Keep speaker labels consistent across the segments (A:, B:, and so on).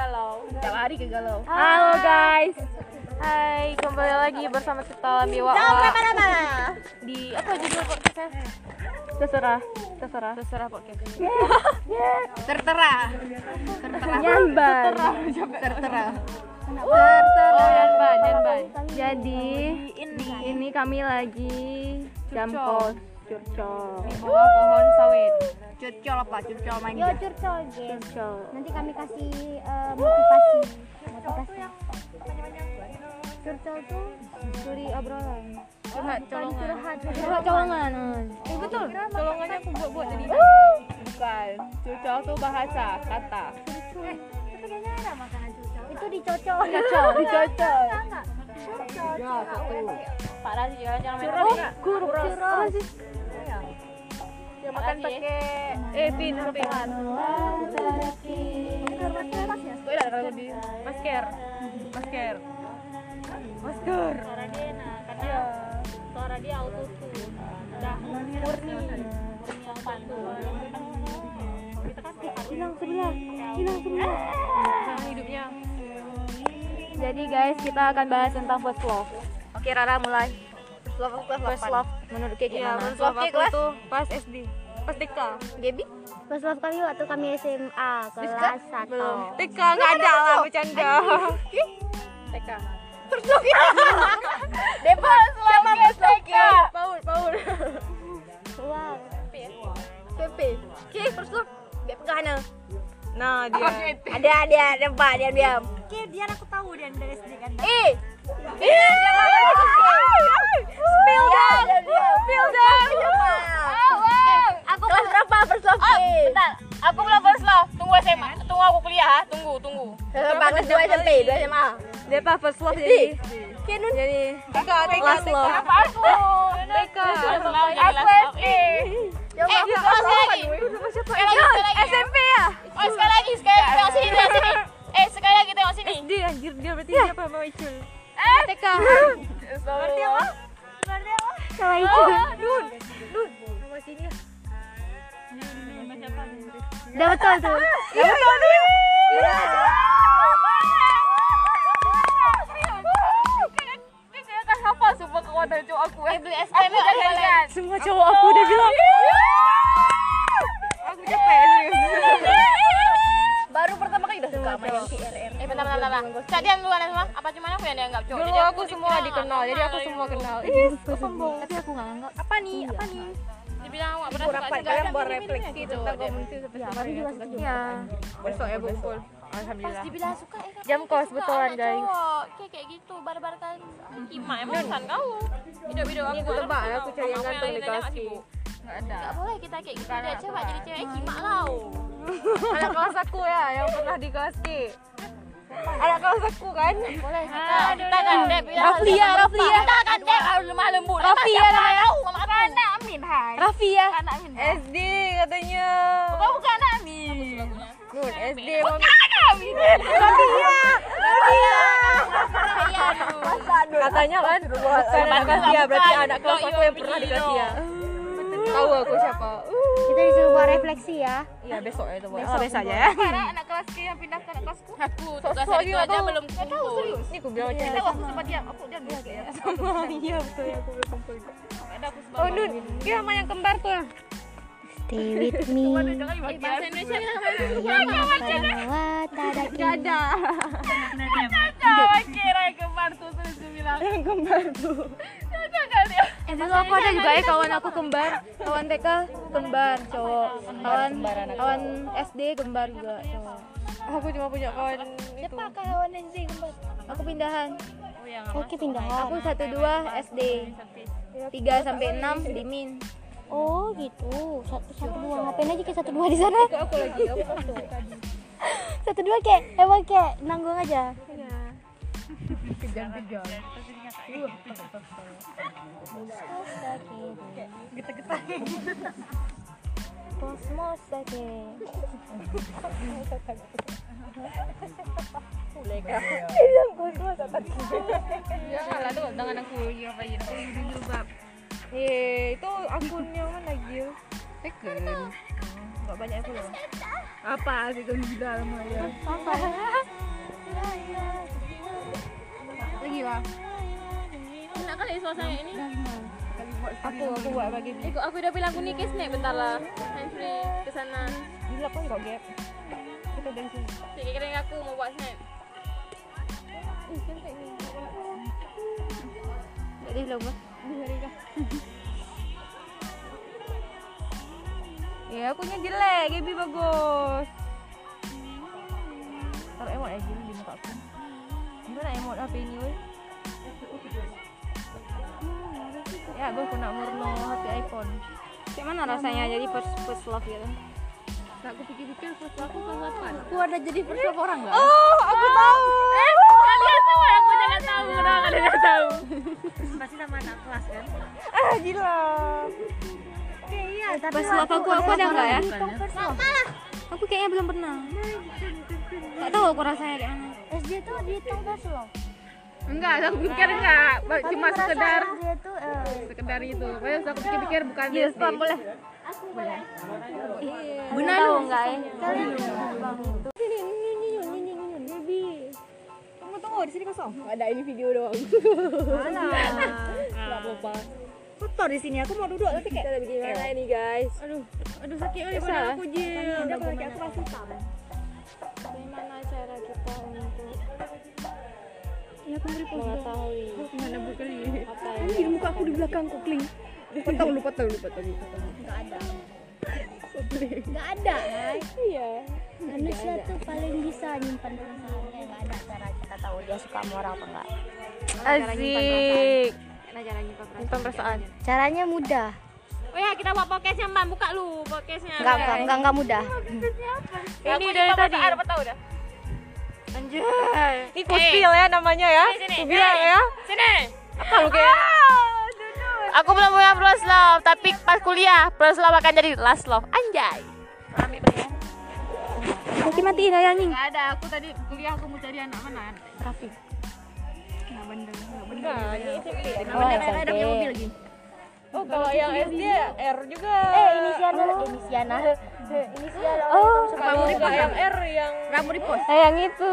A: Tiap hari kegalau.
B: Halo guys. Hai, kembali lagi bersama kita Biwa Ola
A: mana mana?
B: di apa judul podcastnya? Terserah, terserah, terserah podcast.
A: Tertera.
B: Nyamban.
A: Tertera.
B: Oh, nyamban, nyamban. Jadi ini kami lagi jam
A: Curcol.
B: kos curcol.
A: Di bawah pohon sawit. Curcol apa?
C: Yo
A: Curcol manja.
C: curcol guys.
B: Curcol.
C: Nanti kami kasih eh, motivasi. Motivasi. Curcol tuh dari obrolan.
B: Coba colongan.
C: Curhat colongan.
B: Eh, betul. Colongannya aku buat-buat jadi.
A: Bukan. Curcol tuh bahasa, kata.
B: Eh,
C: Itu dicocol.
A: Dicocol.
B: Pak Razi ya, jangan main
A: Curang enggak?
B: kurang. Razi. Ya makan pakai
A: Eh, pin, HP. Kok ada kalau di
B: Iya, masker. Masker.
A: masker?
B: Iya.
D: suara dia auto tune udah murni murni yang pantun kalau kita kan setiap hari
C: Hilang sebelah. Hilang sebelah.
B: Nah, hidupnya. Jadi guys, kita akan bahas tentang first love. Oke, Rara mulai. First love menurut kayak gimana?
A: menurut
B: First love
A: aku
B: aku
A: kelas-
B: tuh pas SD. Pas TK.
A: Gebi?
C: Pas love kami waktu kami SMA kelas 1.
B: Belum. TK enggak ada lah bercanda. TK.
A: Depan selama TK.
B: Ya, Paul, Paul.
C: Wow.
A: PP. Oke, first love. Dia pegahana.
B: Nah, dia.
A: Ada ada nampak diam diam.
D: oke dia aku tahu dan dari SD kan
A: Eh. Eh, dia Spill dong. Spill dong. Aku kelas berapa first love? Bentar.
B: Oh, Aku belum first love. Tunggu SMA. Tunggu aku kuliah, ha. Tunggu, tunggu.
A: Kelas dua SMP, dua SMA.
B: Dia pas first love jadi.
A: Kenun.
B: Jadi TK, TK,
A: last
B: TK.
A: love.
B: Aku. TK. Aku SD.
A: Eh, kelas lagi.
B: SMP ya?
D: oh sekali lagi sekali lagi tengok sini tengok sini eh sekali lagi tengok sini
B: Dia anjir dia berarti dia apa mau Icul? Eh, TK. Berarti apa?
C: Sama itu.
B: Dun.
C: Udah betul tuh.
B: Iya, Dun.
D: SMP kan kalian
B: Semua cowok aku udah bilang. Aku capek serius.
A: Baru pertama kali udah suka ya, main PRR.
D: eh bentar bentar bentar Kak Dian duluan semua apa cuma aku yang dianggap cowok
B: Dulu
D: Jadi
B: aku semua
D: dikira
B: dikenal,
D: nggak
B: jadi aku
D: kenal
B: semua
D: gitu.
B: kenal. Ih, kok sombong.
C: Tapi aku enggak anggap.
B: Apa nih?
A: Iya.
B: Apa nih?
D: dibilang awak pernah suka
A: Rapat
D: juga
A: kalian
D: kan
A: buat
D: gini-gini
A: refleksi
D: gitu.
A: tentang komunitas seperti
C: Ya, kami juga setuju. Iya.
B: Besok ya bungkul. Alhamdulillah.
D: dibilang suka eh kan
B: Jam kos
D: suka
B: betulan,
D: anak
B: guys.
D: cowok. kayak kayak gitu barbar kali Ima emang bukan kau hidup hidup aku
B: Ini aku tebak ya, aku cari yang
D: Kamu
B: ganteng
D: nanya
B: di
D: nggak
B: kelas
D: sibuk.
B: Enggak ada.
D: Gak boleh kita kayak gitu Dia cewek jadi cewek Kimak kau
B: Anak kelas aku ya yang pernah di kelas K. Anak kelas aku kan.
D: Boleh kakak Kita kan dep
B: Rafli ya, Rafli ya.
D: Kita kan dep harus lah, lemah lembut
B: Rafli ya namanya.
D: Kau mama aku Anak Amin hai
B: Rafia
D: Anak Amin
B: SD katanya.
D: Kau bukan Anak Amin
B: Nun SD
D: Bukan
B: mami.
D: Anak Amin
B: ya. Rafia. Rafia.
D: Iya, aduh.
B: ya. Katanya kan bukan anak kelas dia, berarti anak kelas aku yang pernah di kelas dia. Tahu aku siapa. Uh.
C: Kita disuruh buat refleksi ya.
B: Iya besok ya itu. Besok, besok aja ya.
D: Karena anak kelas dia yang pindah ke anak kelasku Aku lah, tugas
B: Sok-sok
D: itu
B: dia
D: aja
B: tahu.
D: belum kumpul
B: Ini aku bilang macam
D: Tahu aku sempat diam Aku diam juga ya
B: sama. Iya betul ya aku belum kumpul.
D: Ada aku sempat
B: Oh Nun, dia sama yang kembar tuh.
C: Stay with me.
D: Jangan dibagian. Bahasa Indonesia kan
C: Salawat tadaki.
B: Iya, Ada.
D: Jangan kira kembar tuh terus gue bilang
B: Yang kembar tuh.
D: Enggak enggak dia
B: Eh dulu aku ada juga ya kawan aku kembar, kawan TK kembar cowok, kawan kawan SD kembar juga cowok. Aku cuma punya kawan itu.
C: Kawan anjing
B: Ah,
C: kembar.
B: Aku pindahan.
C: Oke pindah.
B: Aku satu dua SD. 3 sampai 6 di min.
C: Oh gitu. Satu satu dua ngapain aja kayak satu dua di sana?
B: Aku lagi aku
C: Satu dua kayak emang kayak nanggung aja.
B: Iya. kejar-kejar.
C: Mos mos lagi.
B: Janganlah tuh tangan aku jilbabain. Aku jilbab. Eh, itu akunnya mana lagi ya? Second. Enggak banyak aku loh. Apa sih kan gila sama ya?
C: Apa?
B: iya. lagi lah
D: Enak kali suasana ini.
B: aku aku buat bagi
D: Eh, aku udah bilang aku nikis nih, bentar lah. Handsfree ke sana.
B: gila kok kok gap kita dari sini
D: Si kira aku mau buat snap.
B: jadi belum Mas. ya aku nya jelek Gaby bagus taruh emot aja di muka aku gimana emot HP ini weh ya gue kena murno HP iPhone gimana rasanya jadi first first love gitu
D: Aku pikir-pikir first aku Eh? kelas 8.
A: Aku ada jadi persop orang nggak?
B: oh aku tahu eh
D: Kalian tahu aku jangan tahu, udah kalian udah tahu.
B: ah gila
C: iya, Eh,
B: first love aku aku ada enggak ya aku kayaknya belum pernah nggak tahu aku rasanya kayak mana
C: SD tuh dihitung pas loh
D: Enggak, aku pikir enggak, cuma sekedar
C: SD tuh eh,
D: sekedar itu. Padahal aku pikir-pikir bukan
B: Iya, stop boleh. Benar lu enggak ya? Tunggu tunggu di sini kosong.
A: Ada ini video doang.
B: Kotor di sini. Aku mau duduk tapi kayak
A: Kita bikin mana ini guys?
B: aduh sakit kali badan aku je.
D: Gimana cara kita untuk
A: Ini muka aku di belakang kok kling. Potong lu, potong lu, potong lu.
C: nggak ada guys iya manusia tuh paling bisa nyimpan perasaannya nggak ada cara kita tahu dia suka sama orang apa enggak
B: Asik. Cara nyimpan perasaan.
C: caranya mudah
D: Oh ya, kita buat podcastnya Mbak, buka lu podcastnya
C: nggak nggak nggak nggak mudah
D: Ini dari tadi Apa tahu dah?
B: Anjay. Ini kuspil ya namanya ya. Aku bilang ya.
D: Sini
B: Kalau kayak
D: Aku belum punya first love, tapi pas kuliah first love akan jadi last love. Anjay.
B: kaki matiin ayah anjing.
D: Gak ada, aku tadi kuliah aku mau cari anak mana?
C: oh,
B: ya,
C: SMP
B: Oh, kalau yang SD R juga.
C: eh inisial dulu inisial nah inisial oh
B: Kalau yang R yang Oh. rambut dipos.
C: eh yang itu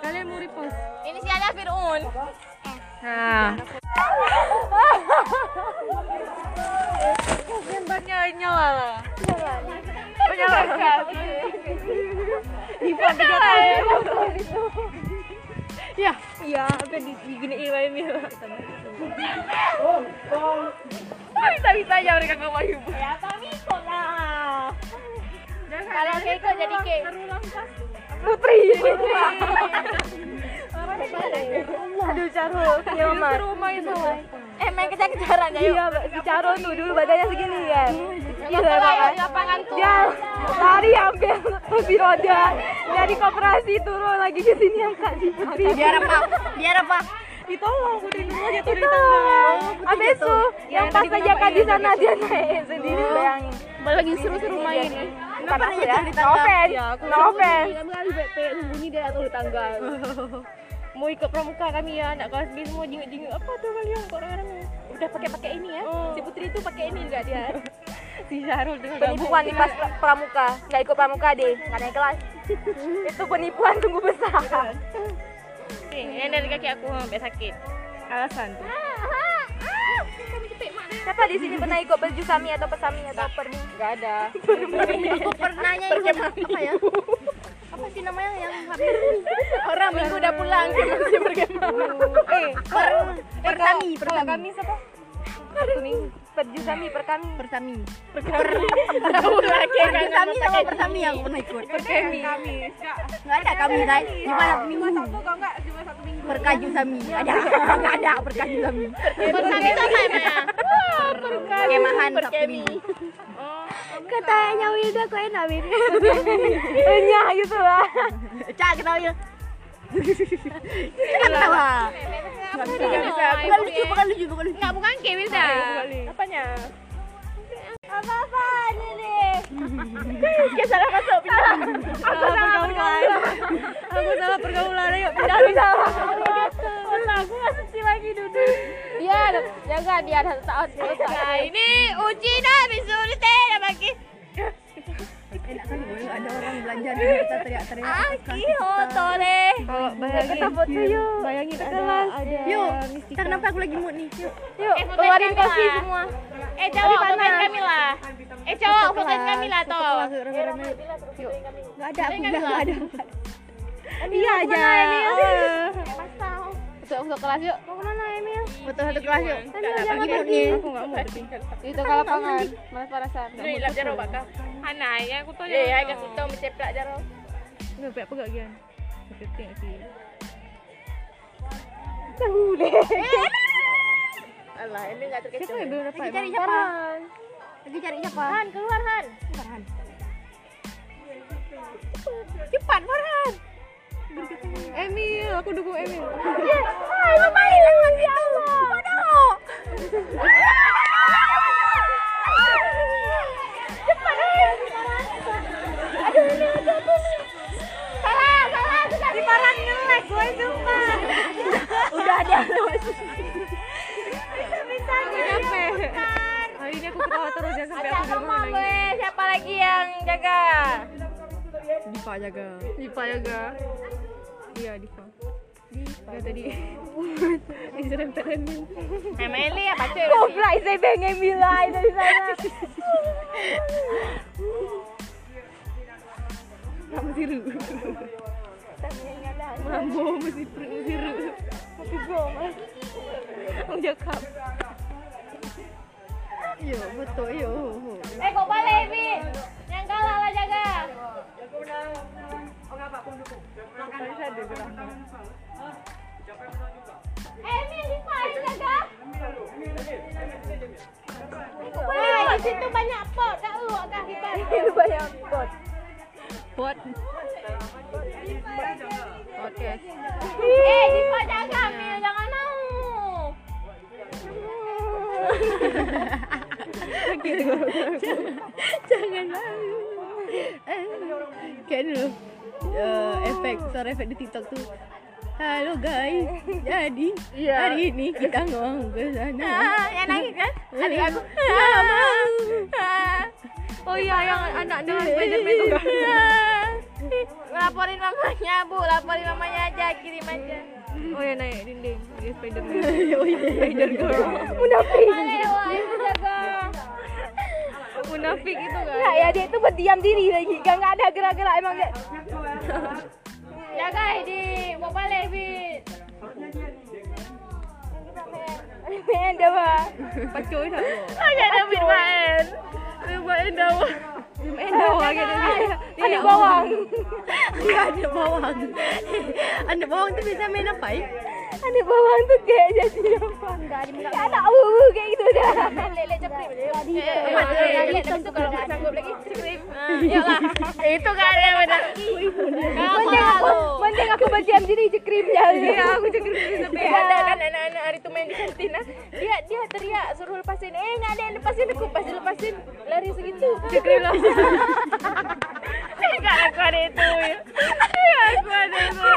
B: Kalian mau repost?
D: Ini si ada Firun.
B: Nah. Nyambarnya nyala lah. Nyala. Oh, nyala. Di pon tiga tahun. Ya, iya, apa di gini ini mil. Oh, bisa bisa aja mereka ngomong ibu.
D: Kalau Keiko jadi K.
B: Putri. Aduh, Carul, kiamat. rumah itu.
D: Eh main kejar-kejaran ya.
B: Iya, si Carul tuh dulu badannya segini ya. Iya,
D: Kalau
B: Bapak.
D: di lapangan tuh.
B: Dia lari hampir kursi roda dari koperasi turun lagi ke sini yang Kak di Putri. Biar apa? Biar apa? Ditolong Oh, udah dulu jatuh di tengah. Habis itu yang pas aja Kak di sana dia naik sendiri bayangin.
D: Malah lagi seru-seru main.
B: Bukan aku ya. No offense. No offense.
A: Kami kali BP bunyi dia atau di tangga.
B: Mau ikut pramuka kami ya anak kelas B semua jenguk-jenguk apa tuh kalian kok orang-orang
D: Udah pakai-pakai ini ya. Si Putri itu pakai ini enggak dia?
B: si Syahrul dengan penipuan di pas pramuka nggak ikut pramuka deh nggak naik kelas itu penipuan tunggu besar
D: Ini yang dari kaki aku sampai sakit.
B: alasan tuh siapa di sini pernah ikut baju sami atau pesami atau Eh, permi nggak ada
A: Pernahnya itu apa ya? Apa sih namanya yang habis?
D: Orang minggu udah pulang ke masih bergema.
B: eh per
A: Oh,
B: perkami kalau kami siapa perju sami perkami
A: Persami.
D: Tahu lagi
A: Persami sama Persami yang pernah ikut.
B: perkami kami
A: Enggak ada kami guys. Di mana minggu? Cuma satu enggak? Cuma satu minggu. Perkaju Sami. Ada. Enggak ada perkaju Sami.
D: Bersami sama Emma ya.
A: Kemahan Sabtu minggu. Oh,
C: katanya Wilda kok enak Wilda
B: enya gitu lah
A: Cak kita ya. Kita ketawa.
D: Enggak bisa.
A: Bukan lucu, bukan lucu, bukan lucu.
D: Enggak bukan K, Wilda.
B: apanya apa apa ini ya salah masuk aku salah pergaulan ayo pindah pindah
D: Dia jaga dia ada saat selesai. Ini uji dah bisu teh lagi.
A: enak kan gue ada orang belanja di kita teriak-teriak atas kaki kita.
B: Kalau bayangin, yuk, bayangin ke kelas.
C: Iya,
A: Yuk, kita kenapa aku lagi mood nih? Yuk.
B: Yuk,
D: Eh,
B: keluarin
D: fotoin
B: kaki
D: Kamila.
B: semua.
D: Eh cowok,
B: panas.
D: fotoin Kamila. Eh cowok, fotoin Kamila toh.
A: Kelas, rame-rame. Yuk. Enggak ada, aku udah enggak ada.
B: Iya aja.
D: Pasal.
B: Untuk untuk kelas yuk. Mau kemana Emil?
A: Foto satu kelas yuk.
B: Emil jangan pergi. Aku nggak mau pergi. Itu kalau pangan, malas parasan.
D: Duit lah jaro bakal. Hana ya aku tuh. Ya, agak kita menceplak jaro.
B: Nggak apa apa gian. Kepiting sih.
D: Allah, ini enggak
B: Siapa
D: terkecoh.
B: yang belum dapat?
A: Lagi cari siapa? Lagi cari siapa?
D: Han, keluar Han.
A: Farhan.
D: Cepat, Farhan.
B: Emil, aku dukung Emil. Hari ini aku ketawa terus ya sampai aku di rumah nangis.
D: Siapa lagi yang jaga?
A: Dipa jaga.
B: Dipa ya ga? Iya Dipa. Dipa tadi. Instagram teremin.
D: Emily apa cuy?
B: Goblok saya pengen bilang dari sana. Kamu siru. Mambo mesti perut siru. Tapi gom.
A: eh.
B: Aku cakap.
A: Yo, betul yo.
D: Eh, kok balik, Bi? Yang kalah lah jaga. Eh, Emil, Dipa, ayo jaga. Wah, di situ banyak pot. Tak urut kah, Dipa?
B: Banyak pot. Pot. Oke.
D: Eh, Dipa jaga, Emil. Jangan mau.
A: Jangan malu. Eh, Kayak dulu. eh, efek suara efek di TikTok tuh. Halo guys, jadi hari ini kita ngomong ke
B: Ah,
A: sana.
D: Yang nangis kan?
A: Adik aku.
B: Oh iya yang anak dengan Spiderman juga.
D: Laporin mamanya, Bu. Laporin mamanya aja, kirim aja.
B: Oh iya naik dinding dia Spiderman.
A: Oh iya.
B: Spider Girl.
D: Munafik. Wah, itu jaga.
B: Munafik itu kan.
C: Enggak ya, dia itu berdiam diri lagi. Kan enggak ada gerak-gerak emang dia.
D: Jaga, Edi. Mau balik, Bi.
C: Men dia bah.
B: Pacoy tak.
A: Ah,
D: Oh, ya ada Bi main. Bi main dah.
B: Endah lagi dia.
C: Anak bawang.
A: Enggak ada Ya, bawang. Ada bawang tuh bisa main apa ya?
C: Anak bawang tuh kayak jadi apa? Enggak ada. Enggak tahu kayak gitu dah.
D: Lele ceplok. Eh,
A: Apa tuh?
D: Itu kalau nggak sanggup lagi, ceplok. Iyalah. Itu kan ada benar. Kamu
C: Penting aku, penting aku berdiam diri cekrimnya.
B: Iya,
D: Ya,
B: aku cengkir bisa
D: Tapi ada kan anak-anak hari itu main di kantin ah. Dia dia teriak suruh lepasin. Eh, enggak ada yang lepasin aku, pasti lepasin. Lari segitu. Cekrim lah. Enggak aku ada itu. Ya Ya, aku ada itu.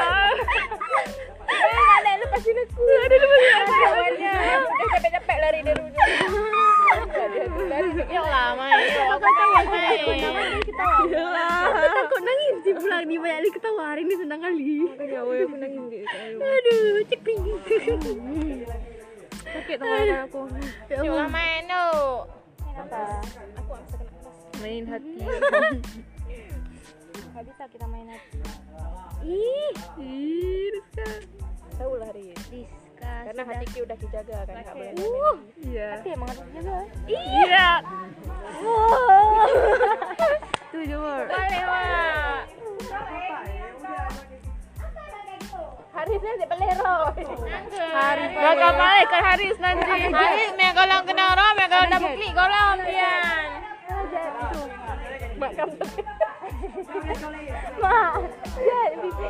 D: Eh, enggak ada yang lepasin aku. Ada lepasin aku. Kawannya. Dia capek-capek lari dari ujung. Enggak ada yang lari. Ya lah, main. Aku tahu aku
C: Kita
B: Ha.
A: Aku takut nangis sih pulang nih banyak kali ketawa hari ini senang kali.
B: Ya, woy, aku nangis dia.
A: Aduh, cekring.
B: Sakit tangan aku.
A: Ya Allah.
D: Cuma lah, main tu.
B: Main hati.
D: Enggak bisa kita main hati.
B: Ih, Rizka.
D: Tahu lah hari ini. Karena hati ki udah dijaga kan enggak boleh.
B: Iya.
D: Emang harus dijaga. eh.
B: Iya. Tuh, Jawar.
D: Boleh, Mak. Harisnya dia pelero. Haris.
B: Bakal balik ke Haris nanti.
D: Haris main golong kena orang, main golong double klik golong dia. Mak kamu. Mak. Ya, bibi.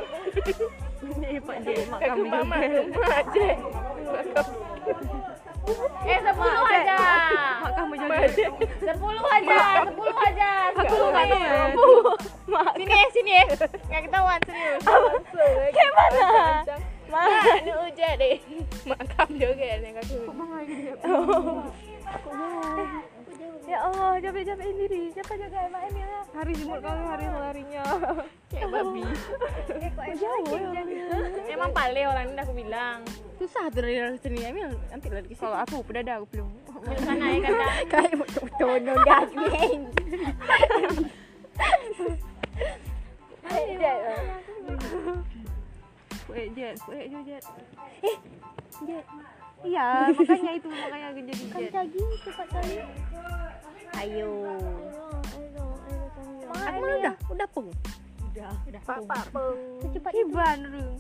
B: Mak
D: Aku
B: kami.
D: mak mak mak je. Eh, sepuluh aja.
B: Mak kamu jaga.
D: Sepuluh aja, sepuluh aja.
B: Aku
D: Sepuluh
B: nggak tahu
D: aja.
B: ya.
D: Sini eh, sini eh. Nggak ketahuan serius. Kayak mana? Mak, ni hujan deh. Mak Oh. kamu juga yang aku. Eh, oh,
B: Ya Allah, capek-capekin diri siapa jaga emak Emil ya hari jemput kamu hari larinya
D: kayak babi ya? emang pale orang ini aku bilang
A: Susah tuh dari dari sini Emil nanti lari ke sini.
B: kalau aku udah ada aku belum
D: Menurut sana ya kata
A: Kayak mau tonton daging.
B: kue jet kue jet jet iya makanya itu makanya aku jadi
C: Kan
B: jet
C: lagi cepat kali.
A: Ayo.
C: Ayo, ayo, ayo, ayo.
A: Aku mana udah udah pung.
C: Secepat itu
B: Iban dulu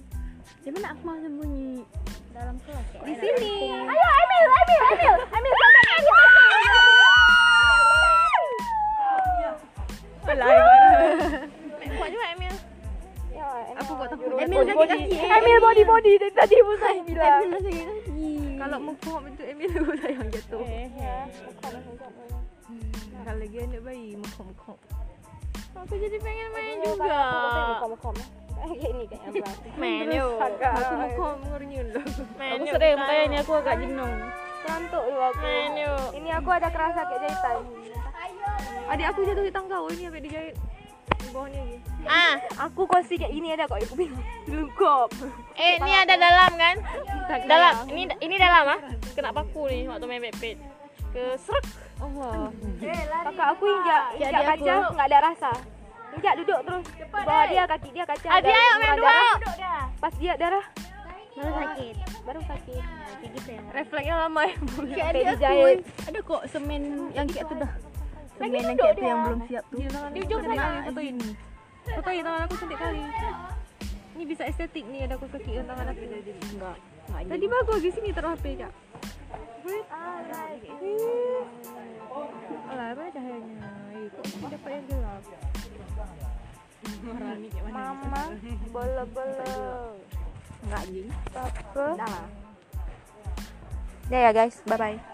A: Di mana aku mau sembunyi?
C: dalam kelas ya.
A: Di sini.
D: ayo Emil Emil Emil Emil sana Emil Kuat juga Emil
B: aku kok takut
A: Emil sakit kaki.
D: Emil body body dari tadi ibu saya bilang
A: Emil sakit kaki.
B: kalau mau bohong itu Emil aku sayang jatuh kalau lagi anak bayi mau kong
D: aku jadi pengen main juga main yuk
B: Eh, oh. aku mau kong ngurnyun loh
D: main yuk aku sering kayaknya aku agak jenuh
B: Rantuk juga aku
D: main yuk
B: ini aku ada kerasa kayak jahitan adik aku jatuh di tangga oh ini apa dijahit Di bawahnya lagi
D: ah
B: aku kosi kayak ini ada kok ibu bilang lengkap
D: eh ini ada dalam kan dalam ini ini dalam ah kena paku nih waktu main backpack ke serak
B: Allah kakak aku injak injak
A: adik aku.
B: kaca nggak ada rasa injak duduk terus bawa dia kaki dia kaca
D: Adi ayo main dua
B: pas dia darah
C: Baru sakit.
B: baru sakit
C: Kayak gitu ya.
B: refleksnya lama ya bu
A: Kayak ada
B: Kayak
A: aku.
B: dijahit
A: Ada kok semen yang kayak tuh dah. Semen yang kayak tuh yang belum siap tuh.
B: di ujung sana foto ini foto ini tangan aku cantik kali ini bisa estetik nih ada aku kaki dengan tangan aku enggak tadi bagus di sini taruh HP ya Alah, apa cahayanya? Ih, kok masih dapat yang gelap? Mama, bola-bola. Enggak, anjing. Apa? Ya ya guys, bye-bye.